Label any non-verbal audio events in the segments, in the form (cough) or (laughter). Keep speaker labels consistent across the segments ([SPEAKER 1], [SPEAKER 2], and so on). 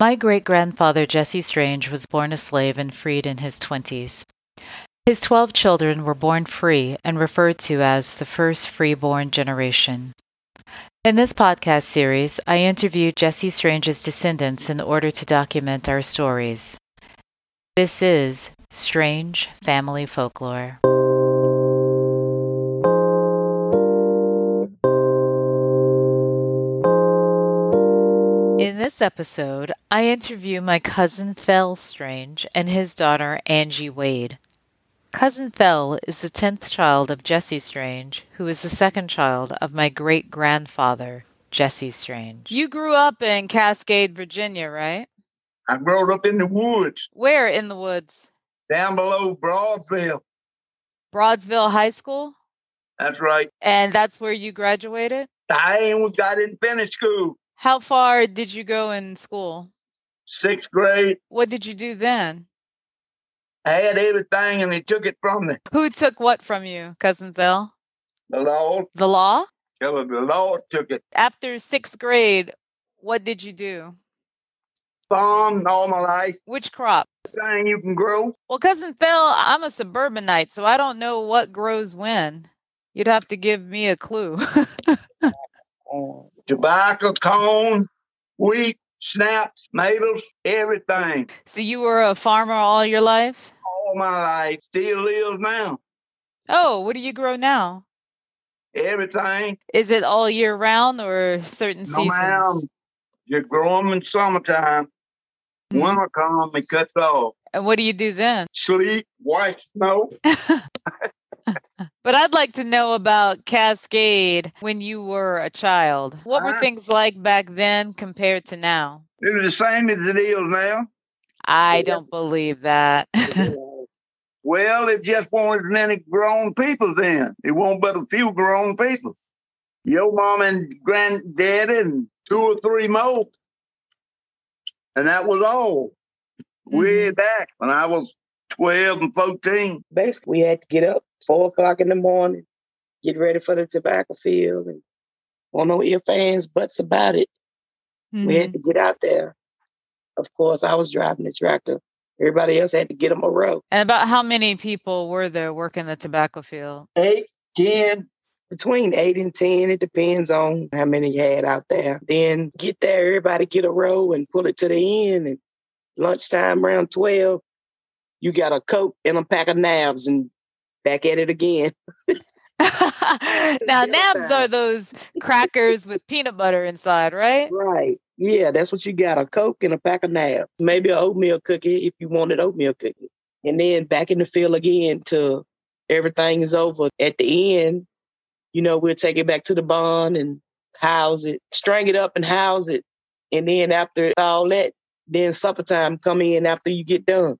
[SPEAKER 1] My great grandfather Jesse Strange was born a slave and freed in his 20s. His 12 children were born free and referred to as the first freeborn generation. In this podcast series, I interviewed Jesse Strange's descendants in order to document our stories. This is Strange Family Folklore. In this episode, I interview my cousin Thel Strange and his daughter Angie Wade. Cousin Thel is the 10th child of Jesse Strange, who is the second child of my great grandfather, Jesse Strange.
[SPEAKER 2] You grew up in Cascade, Virginia, right?
[SPEAKER 3] I grew up in the woods
[SPEAKER 2] Where in the woods?
[SPEAKER 3] down below Broadville.
[SPEAKER 2] Broadsville High School?
[SPEAKER 3] That's right.
[SPEAKER 2] And that's where you graduated?
[SPEAKER 3] I ain't got didn't finish school.
[SPEAKER 2] How far did you go in school?
[SPEAKER 3] Sixth grade,
[SPEAKER 2] What did you do then?
[SPEAKER 3] I had everything and they took it from me.
[SPEAKER 2] Who took what from you, Cousin Phil?
[SPEAKER 3] The Lord,
[SPEAKER 2] The law?
[SPEAKER 3] tell her the Lord took it.
[SPEAKER 2] After sixth grade, what did you do?
[SPEAKER 3] Farm, all my life,
[SPEAKER 2] Which crop?
[SPEAKER 3] thing you can grow.
[SPEAKER 2] Well, Cousin Phil, I'm a suburbanite, so I don't know what grows when. You'd have to give me a clue. (laughs)
[SPEAKER 3] uh, Tobacco, corn, wheat, snaps, maples, everything.
[SPEAKER 2] so you were a farmer all your life?
[SPEAKER 3] All my life, still lives now.
[SPEAKER 2] Oh, what do you grow now?
[SPEAKER 3] Everything,
[SPEAKER 2] Is it all year round or certain
[SPEAKER 3] no
[SPEAKER 2] seasons?
[SPEAKER 3] matter. You grow them in summertime.
[SPEAKER 2] Hmm.
[SPEAKER 3] Winter comes, it cuts off.
[SPEAKER 2] And what do you do then?
[SPEAKER 3] Sleep, white snow.
[SPEAKER 2] But I'd like to know about Cascade when you were a child. What were
[SPEAKER 3] Ah.
[SPEAKER 2] things like back then compared to now?
[SPEAKER 3] It's the same as it is now. (laughs)
[SPEAKER 2] I
[SPEAKER 3] Yeah.
[SPEAKER 2] don't believe that. (laughs)
[SPEAKER 3] well, it just won't as many grown people then. It won't but a few grown people. Your mom and granddaddy and two or three more. And that was all. Way back when I was 12 and 14.
[SPEAKER 4] basically we had to get up four o'clock in the morning, get ready for the tobacco field, and on no ifs ands buts about it. We had to get out there. Of course, I was driving the tractor. Everybody else had to get them a row.
[SPEAKER 2] and about how many people were there working the tobacco field? (laughs)
[SPEAKER 3] Eight, ten.
[SPEAKER 4] Between eight and ten, it depends on how many you had out there. Then get there, everybody get a row and pull it to the end. And lunchtime around twelve, you got a coat and a pack of knives and back at it again.
[SPEAKER 2] now,
[SPEAKER 4] other
[SPEAKER 2] nabs
[SPEAKER 4] side.
[SPEAKER 2] are those crackers with peanut butter inside, right?
[SPEAKER 4] Right. Yeah, that's what you got a Coke and a pack of nabs. Maybe an oatmeal cookie if you wanted oatmeal cookie. And then back in the field again till everything is over. At the end, you know, we'll take it back to the barn and house it, string it up and house it. And then after all that, then supper time come in after you get done.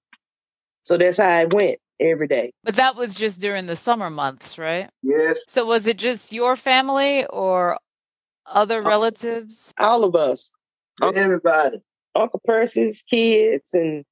[SPEAKER 4] So that's how it went every day.
[SPEAKER 2] But that was just during the summer months, right?
[SPEAKER 3] Yes.
[SPEAKER 2] So was it just your family or
[SPEAKER 1] Oh.
[SPEAKER 2] other relatives?
[SPEAKER 4] All of us,
[SPEAKER 3] Everybody.
[SPEAKER 4] Uncle Percy's kids and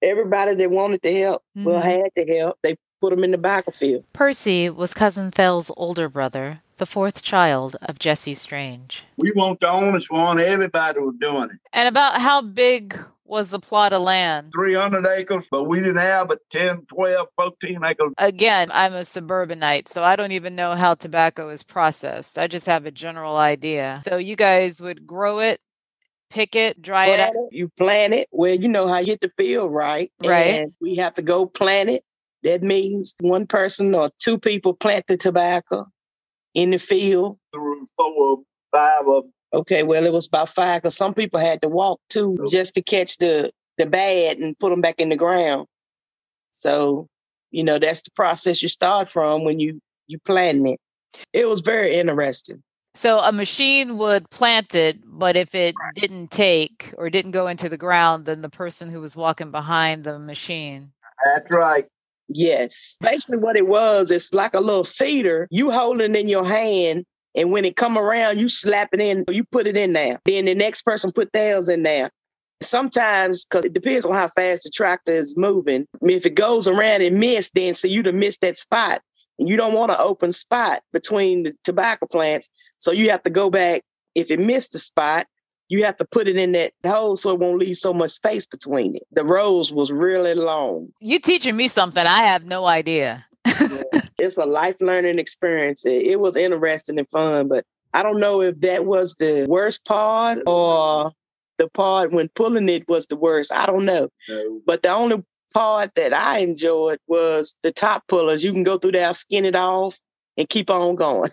[SPEAKER 4] everybody that wanted to help, well,
[SPEAKER 2] Mhm.
[SPEAKER 4] had to help. They put them in the battlefield.
[SPEAKER 1] Percy was cousin Thel's older brother, the fourth child of Jesse Strange.
[SPEAKER 3] We want the honest one. Everybody was doing it.
[SPEAKER 2] And about how big was the plot of land?
[SPEAKER 3] 300 acres, but we didn't have but 10, 12, 14 acres.
[SPEAKER 2] Again, I'm a suburbanite, so I don't even know how tobacco is processed. I just have a general idea. So you guys would grow it, pick it, dry it out.
[SPEAKER 4] Plant it, You plant it. Well, you know how you hit the field, right?
[SPEAKER 2] Right.
[SPEAKER 4] And we have to go plant it. That means one person or two people plant the tobacco in the field.
[SPEAKER 3] through four, five of them.
[SPEAKER 4] Okay, well, it was about five because some people had to walk too just to catch the the bad and put them back in the ground. So, you know, that's the process you start from when you you plant it. It was very interesting.
[SPEAKER 2] So a machine would plant it, but if it didn't take or didn't go into the ground, then the person who was walking behind the machine.
[SPEAKER 3] That's right.
[SPEAKER 4] Yes. Basically what it was, it's like a little feeder. You hold it in your hand and when it come around, you slap it in, you put it in there. Then the next person put theirs in there. Sometimes, because it depends on how fast the tractor is moving. I mean, if it goes around and miss, then so you'd have missed that spot. And you don't want an open spot between the tobacco plants. So you have to go back. If it missed the spot, you have to put it in that hole so it won't leave so much space between it. The rows was really long.
[SPEAKER 2] You teaching me something I have no idea.
[SPEAKER 4] It's a life learning experience. It, it was interesting and fun, but I don't know if that was the worst part or the part when pulling it was the worst. I don't know. But the only part that I enjoyed was the top pullers. You can go through there, skin it off, and keep on going.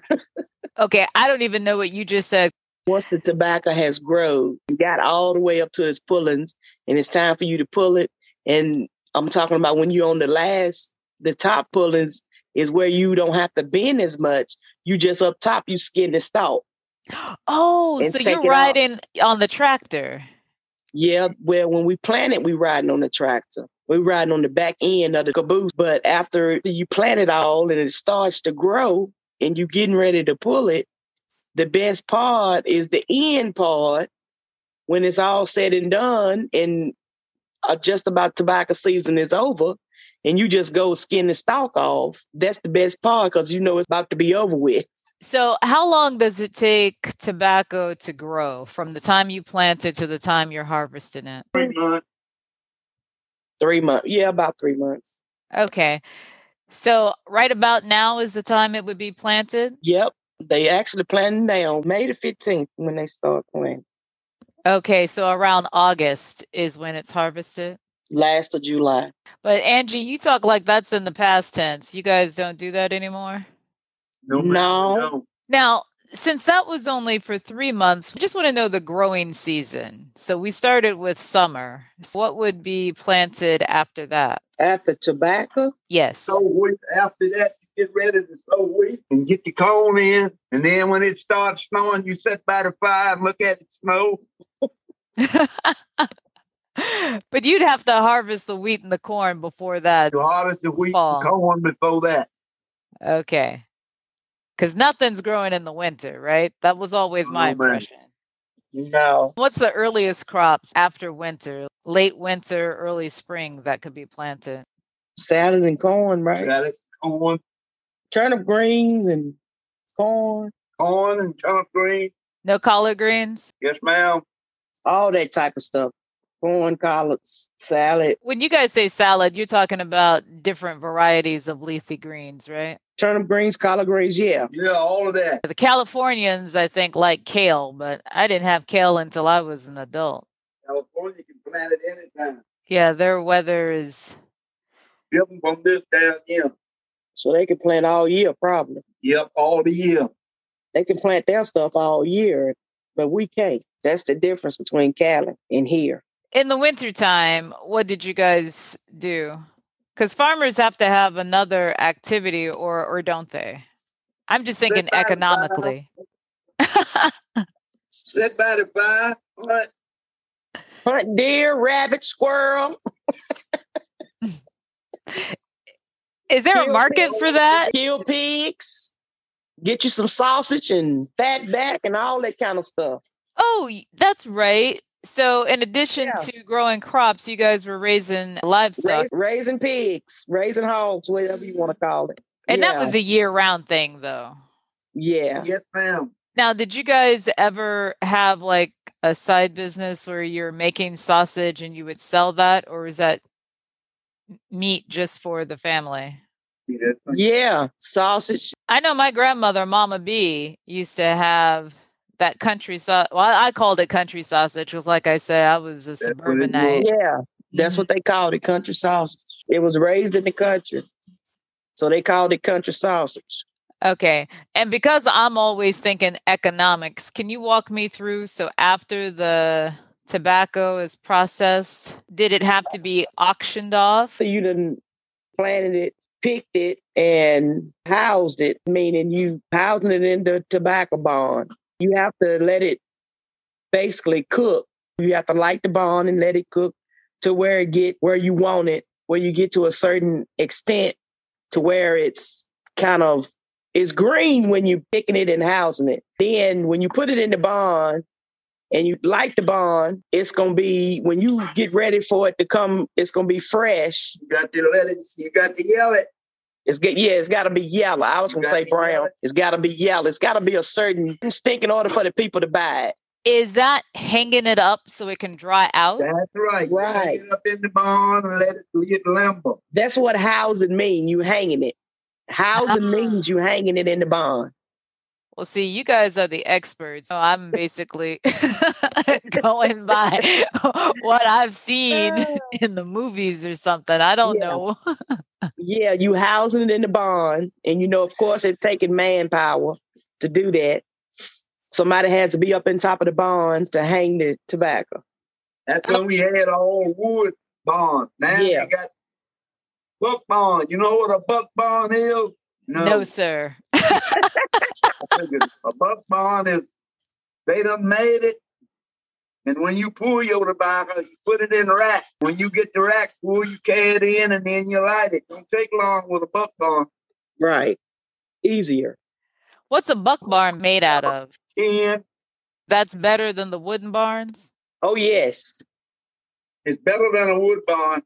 [SPEAKER 2] Okay, I don't even know what you just said.
[SPEAKER 4] Once the tobacco has grown, you got all the way up to its pullings, and it's time for you to pull it. And I'm talking about when you're on the last, the top pullings is where you don't have to bend as much. You just up top, you skin the stalk.
[SPEAKER 2] Oh,
[SPEAKER 4] And
[SPEAKER 2] so
[SPEAKER 4] take
[SPEAKER 2] you're
[SPEAKER 4] it out.
[SPEAKER 2] riding on the tractor.
[SPEAKER 4] Yeah, well, when we plant it, we riding on the tractor. We riding on the back end of the caboose. But after you plant it all and it starts to grow and you getting ready to pull it, the best part is the end part when it's all said and done and uh, just about tobacco season is over and you just go skin the stalk off. That's the best part because you know it's about to be over with.
[SPEAKER 2] So, how long does it take tobacco to grow from the time you plant it to the time you're harvesting it?
[SPEAKER 3] Three months.
[SPEAKER 4] Three months. Yeah, about three months.
[SPEAKER 2] Okay. So, right about now is the time it would be planted.
[SPEAKER 4] Yep. They actually planting now May the 15th when they start planting.
[SPEAKER 2] Okay. So, around August is when it's harvested.
[SPEAKER 4] last of July.
[SPEAKER 2] But, Angie, you talk like that's in the past tense. You guys don't do that anymore.
[SPEAKER 3] No, ma'am,
[SPEAKER 4] No.
[SPEAKER 3] no.
[SPEAKER 2] Now, since that was only for three months, we just want to know the growing season. So, we started with summer. What would be planted after that?
[SPEAKER 4] After tobacco,
[SPEAKER 2] Yes.
[SPEAKER 3] sow wheat. After that, you get ready to sow wheat and get the corn in. And then when it starts snowing, you sit by the fire and look at it snow.
[SPEAKER 2] (laughs) but you'd have to harvest the wheat and the corn before that.
[SPEAKER 3] You harvest the wheat
[SPEAKER 2] Fall.
[SPEAKER 3] and corn before that.
[SPEAKER 2] Okay. Because nothing's growing in the winter, right? That was always my
[SPEAKER 3] No, ma'am.
[SPEAKER 2] impression.
[SPEAKER 4] no.
[SPEAKER 2] What's the earliest crops after winter, late winter, early spring that could be planted?
[SPEAKER 4] Salad and corn, right?
[SPEAKER 3] Salad, corn,
[SPEAKER 4] Turnip greens and corn,
[SPEAKER 3] corn and turnip green.
[SPEAKER 2] No collard greens?
[SPEAKER 3] Yes, ma'am.
[SPEAKER 4] all that type of stuff. Corn, collards, salad,
[SPEAKER 2] When you guys say salad, you're talking about different varieties of leafy greens, right?
[SPEAKER 4] turnip greens, collard greens. Yeah.
[SPEAKER 3] Yeah, all of that.
[SPEAKER 2] The Californians, I think, like kale, but I didn't have kale until I was an adult.
[SPEAKER 3] California can plant it anytime.
[SPEAKER 2] Yeah, their weather is
[SPEAKER 3] Different from this down here.
[SPEAKER 4] So they can plant all year, probably.
[SPEAKER 3] Yep, all the year.
[SPEAKER 4] They can plant their stuff all year, but we can't. That's the difference between Cali and here.
[SPEAKER 2] in the wintertime, what did you guys do? Because farmers have to have another activity, or or don't they? I'm just thinking
[SPEAKER 4] uh,
[SPEAKER 3] by the fire.
[SPEAKER 2] economically. (laughs)
[SPEAKER 3] Sit by the fire, hunt,
[SPEAKER 4] Hunt deer, rabbit, squirrel.
[SPEAKER 2] Is there a
[SPEAKER 4] Kill
[SPEAKER 2] market for that?
[SPEAKER 4] Kill pigs. Get you some sausage and fat back and all that kind of stuff.
[SPEAKER 2] Oh, y- that's right. So, in addition
[SPEAKER 4] Yeah.
[SPEAKER 2] to growing crops, you guys were raising livestock,
[SPEAKER 4] Rais- raising pigs, raising hogs, whatever you want to call it.
[SPEAKER 2] and
[SPEAKER 4] Yeah.
[SPEAKER 2] that was a year-round thing, though.
[SPEAKER 4] yeah.
[SPEAKER 3] yes, ma'am.
[SPEAKER 2] Now, did you guys ever have like a side business where you're making sausage and you would sell that, or is that m- meat just for the family?
[SPEAKER 3] Yes, ma'am.
[SPEAKER 4] Yeah. Sausage.
[SPEAKER 2] I know my grandmother, Mama B, used to have that country sausage. Well, I called it country sausage because, like I said, I was a
[SPEAKER 3] what it
[SPEAKER 2] suburbanite.
[SPEAKER 3] was.
[SPEAKER 4] Yeah. That's
[SPEAKER 2] Mm-hmm.
[SPEAKER 4] what they called it, country sausage. It was raised in the country. So they called it country sausage.
[SPEAKER 2] Okay. And because I'm always thinking economics, can you walk me through? So, after the tobacco is processed, did it have to be auctioned off?
[SPEAKER 4] So you done planted it, picked it, and housed it, meaning you housing it in the tobacco bond. You have to let it basically cook. You have to light the bond and let it cook to where it get where you want it, where you get to a certain extent to where it's kind of it's green when you're picking it and housing it. Then when you put it in the bond and you light the bond, it's gonna be when you get ready for it to come, it's gonna be fresh.
[SPEAKER 3] You got to let it, you got to yell it.
[SPEAKER 4] It's get yeah, it's got to be yellow. I was
[SPEAKER 3] You
[SPEAKER 4] gonna
[SPEAKER 3] gotta
[SPEAKER 4] say
[SPEAKER 3] be
[SPEAKER 4] brown.
[SPEAKER 3] yellow.
[SPEAKER 4] It's got to be yellow. It's got to be a certain stink in order for the people to buy it.
[SPEAKER 2] Is that hanging it up so it can dry out?
[SPEAKER 3] That's right.
[SPEAKER 4] Right.
[SPEAKER 3] Get it up in the barn and let it get limber.
[SPEAKER 4] That's what housing mean. You hanging it. Housing
[SPEAKER 2] Ah.
[SPEAKER 4] means you hanging it in the barn.
[SPEAKER 2] Well, see, you guys are the experts. So I'm basically (laughs) going by (laughs) what I've seen in the movies or something. I don't
[SPEAKER 4] Ah. Yeah.
[SPEAKER 2] know. (laughs)
[SPEAKER 4] Yeah, you housing it in the barn, and you know, of course, it's taking manpower to do that. Somebody has to be up in top of the barn to hang the tobacco.
[SPEAKER 3] That's when we had all wood barn. Now
[SPEAKER 4] Yeah.
[SPEAKER 3] we got buck barn. You know what a buck barn is?
[SPEAKER 2] No, sir.
[SPEAKER 3] figured a buck barn is they done made it. And when you pull your tobacco, you put it in the rack. When you get the rack full, you carry it in and then you light it. Don't take long with a buck barn.
[SPEAKER 4] Right. Easier.
[SPEAKER 2] What's a buck barn made out of?
[SPEAKER 3] And
[SPEAKER 2] That's better than the wooden barns?
[SPEAKER 4] Oh yes.
[SPEAKER 3] it's better than a wood barn.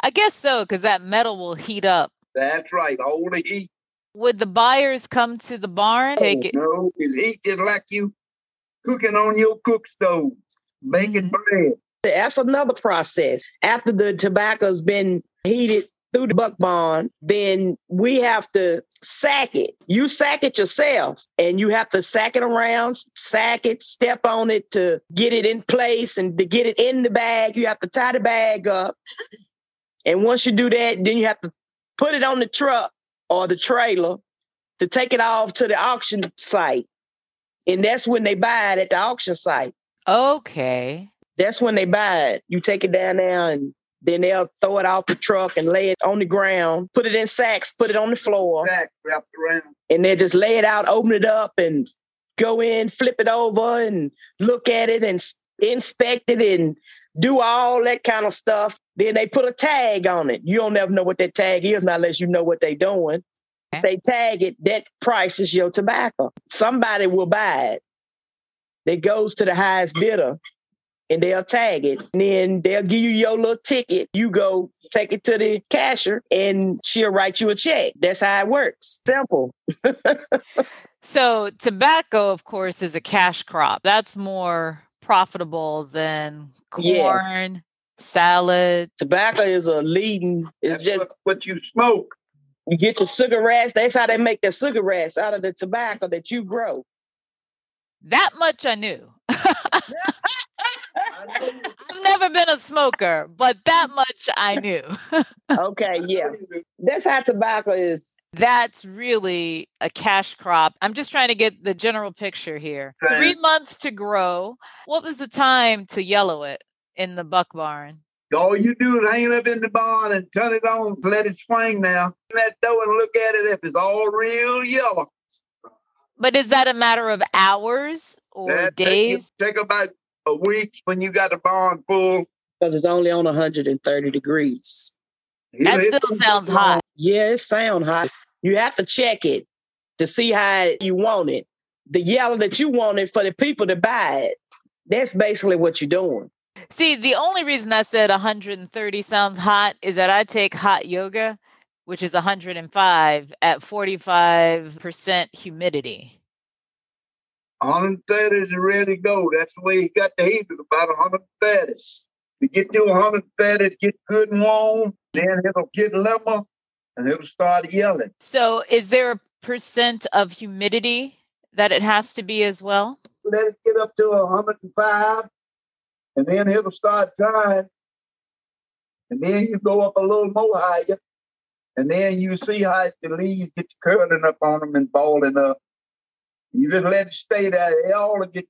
[SPEAKER 2] I guess so, because that metal will heat up.
[SPEAKER 3] That's right. Hold the heat.
[SPEAKER 2] Would the buyers come to the barn, take it?
[SPEAKER 3] Oh, No, it's heat just like you cooking on your cook stove, baking
[SPEAKER 2] Mhm.
[SPEAKER 3] bread.
[SPEAKER 4] That's another process. After the tobacco's been heated through the buck barn, then we have to sack it. You sack it yourself, and you have to sack it around, sack it, step on it to get it in place and to get it in the bag. You have to tie the bag up. And once you do that, then you have to put it on the truck or the trailer to take it off to the auction site. And that's when they buy it at the auction site
[SPEAKER 2] Okay.
[SPEAKER 4] that's when they buy it. You take it down there and then they'll throw it off the truck and lay it on the ground, put it in sacks, put it on the floor,
[SPEAKER 3] Sack wrapped around.
[SPEAKER 4] and they just lay it out, open it up, and go in, flip it over, and look at it and s- inspect it and do all that kind of stuff. Then they put a tag on it. You don't ever know what that tag is, not unless you know what they're doing. If they tag it, that price is your tobacco. Somebody will buy it. It goes to the highest bidder and they'll tag it. And then they'll give you your little ticket. You go take it to the cashier and she'll write you a check. That's how it works. Simple.
[SPEAKER 2] So, tobacco, of course, is a cash crop. That's more profitable than
[SPEAKER 4] Yeah.
[SPEAKER 2] corn, salad.
[SPEAKER 4] Tobacco is a leading, it's
[SPEAKER 3] That's
[SPEAKER 4] just
[SPEAKER 3] what, what you smoke.
[SPEAKER 4] you get your cigarettes. That's how they make their cigarettes out of the tobacco that you grow.
[SPEAKER 2] That much I knew.
[SPEAKER 3] I know
[SPEAKER 2] I've never been a smoker, but that much I knew. (laughs)
[SPEAKER 4] okay, yeah.
[SPEAKER 3] you-
[SPEAKER 4] That's how tobacco is.
[SPEAKER 2] That's really a cash crop. I'm just trying to get the general picture here.
[SPEAKER 3] Right.
[SPEAKER 2] Three months to grow. What was the time to yellow it in the buck barn?
[SPEAKER 3] (laughs) All you do is hang it up in the barn and turn it on, let it swing now. Open that door and look at it if it's all real yellow.
[SPEAKER 2] But is that a matter of hours or
[SPEAKER 3] That take, you-
[SPEAKER 2] days?
[SPEAKER 3] take about a week when you got the barn full.
[SPEAKER 4] Because it's only on 130 degrees.
[SPEAKER 2] That
[SPEAKER 3] It-
[SPEAKER 2] still
[SPEAKER 3] it-
[SPEAKER 2] sounds hot.
[SPEAKER 4] Yeah, it sound hot. You have to check it to see how you want it. The yellow that you want it for the people to buy it. That's basically what you're doing.
[SPEAKER 2] See, the only reason I said 130 sounds hot is that I take hot yoga, which is 105 at 45% humidity.
[SPEAKER 3] 130 is ready to go. That's the way you got the heat is about 130. To get to 130, it get good and warm, then it'll get limber and it'll start yelling.
[SPEAKER 2] So, is there a percent of humidity that it has to be as well?
[SPEAKER 3] let it get up to 105, and then it'll start drying. And then you go up a little more higher, and then you see how the leaves get curling up on them and balling up. You just let it stay there. They all get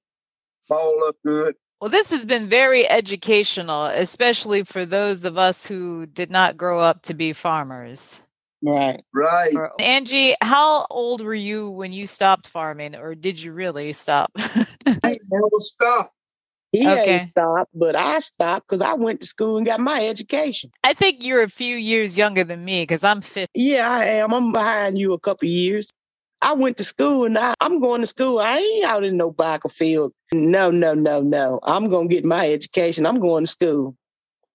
[SPEAKER 3] balled up good.
[SPEAKER 2] Well, this has been very educational, especially for those of us who did not grow up to be farmers.
[SPEAKER 4] Right.
[SPEAKER 3] Right.
[SPEAKER 2] Or- Angie, how old were you when you stopped farming, or did you really stop? (laughs)
[SPEAKER 3] I ain't never stop.
[SPEAKER 4] He
[SPEAKER 2] Okay.
[SPEAKER 4] ain't stopped, but I stopped because I went to school and got my education.
[SPEAKER 2] I think you're a few years younger than me because I'm 50.
[SPEAKER 4] Yeah, I am. I'm behind you a couple years. I went to school and I, I'm going to school. I ain't out in no biker field. No, no, no, no. I'm going to get my education. I'm going to school.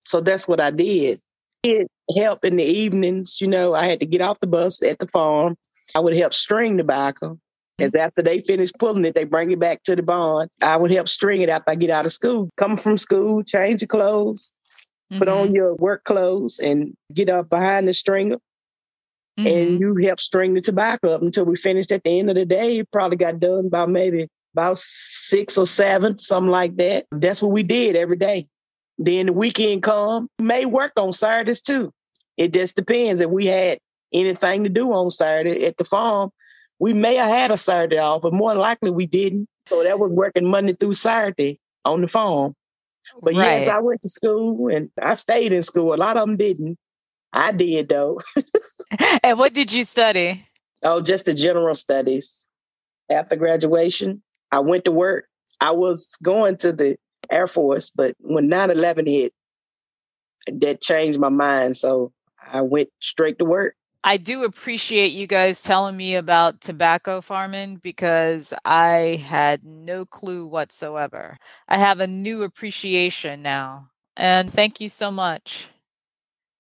[SPEAKER 4] So that's what I did. It helped in the evenings. You know, I had to get off the bus at the farm. I would help string tobacco. As after they finish pulling it, they bring it back to the barn. I would help string it after I get out of school. Come from school, change your clothes, put on your work clothes, and get up behind the stringer.
[SPEAKER 2] Mm-hmm,
[SPEAKER 4] And you help string the tobacco up until we finished at the end of the day. It probably got done by maybe about six or seven, something like that. That's what we did every day. Then the weekend come, may work on Saturdays too. It just depends if we had anything to do on Saturday at the farm. We may have had a Saturday off, but more likely we didn't. So that was working Monday through Saturday on the farm. But yes,
[SPEAKER 2] mm-hmm. Right.
[SPEAKER 4] I went to school and I stayed in school. A lot of them didn't. I did though.
[SPEAKER 2] (laughs) and what did you study?
[SPEAKER 4] Oh, just the general studies. After graduation, I went to work. I was going to the Air Force, but when 9 11 hit, that changed my mind. So I went straight to work.
[SPEAKER 2] I do appreciate you guys telling me about tobacco farming because I had no clue whatsoever. I have a new appreciation now. And thank you so much.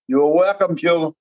[SPEAKER 3] You're welcome, Sheila.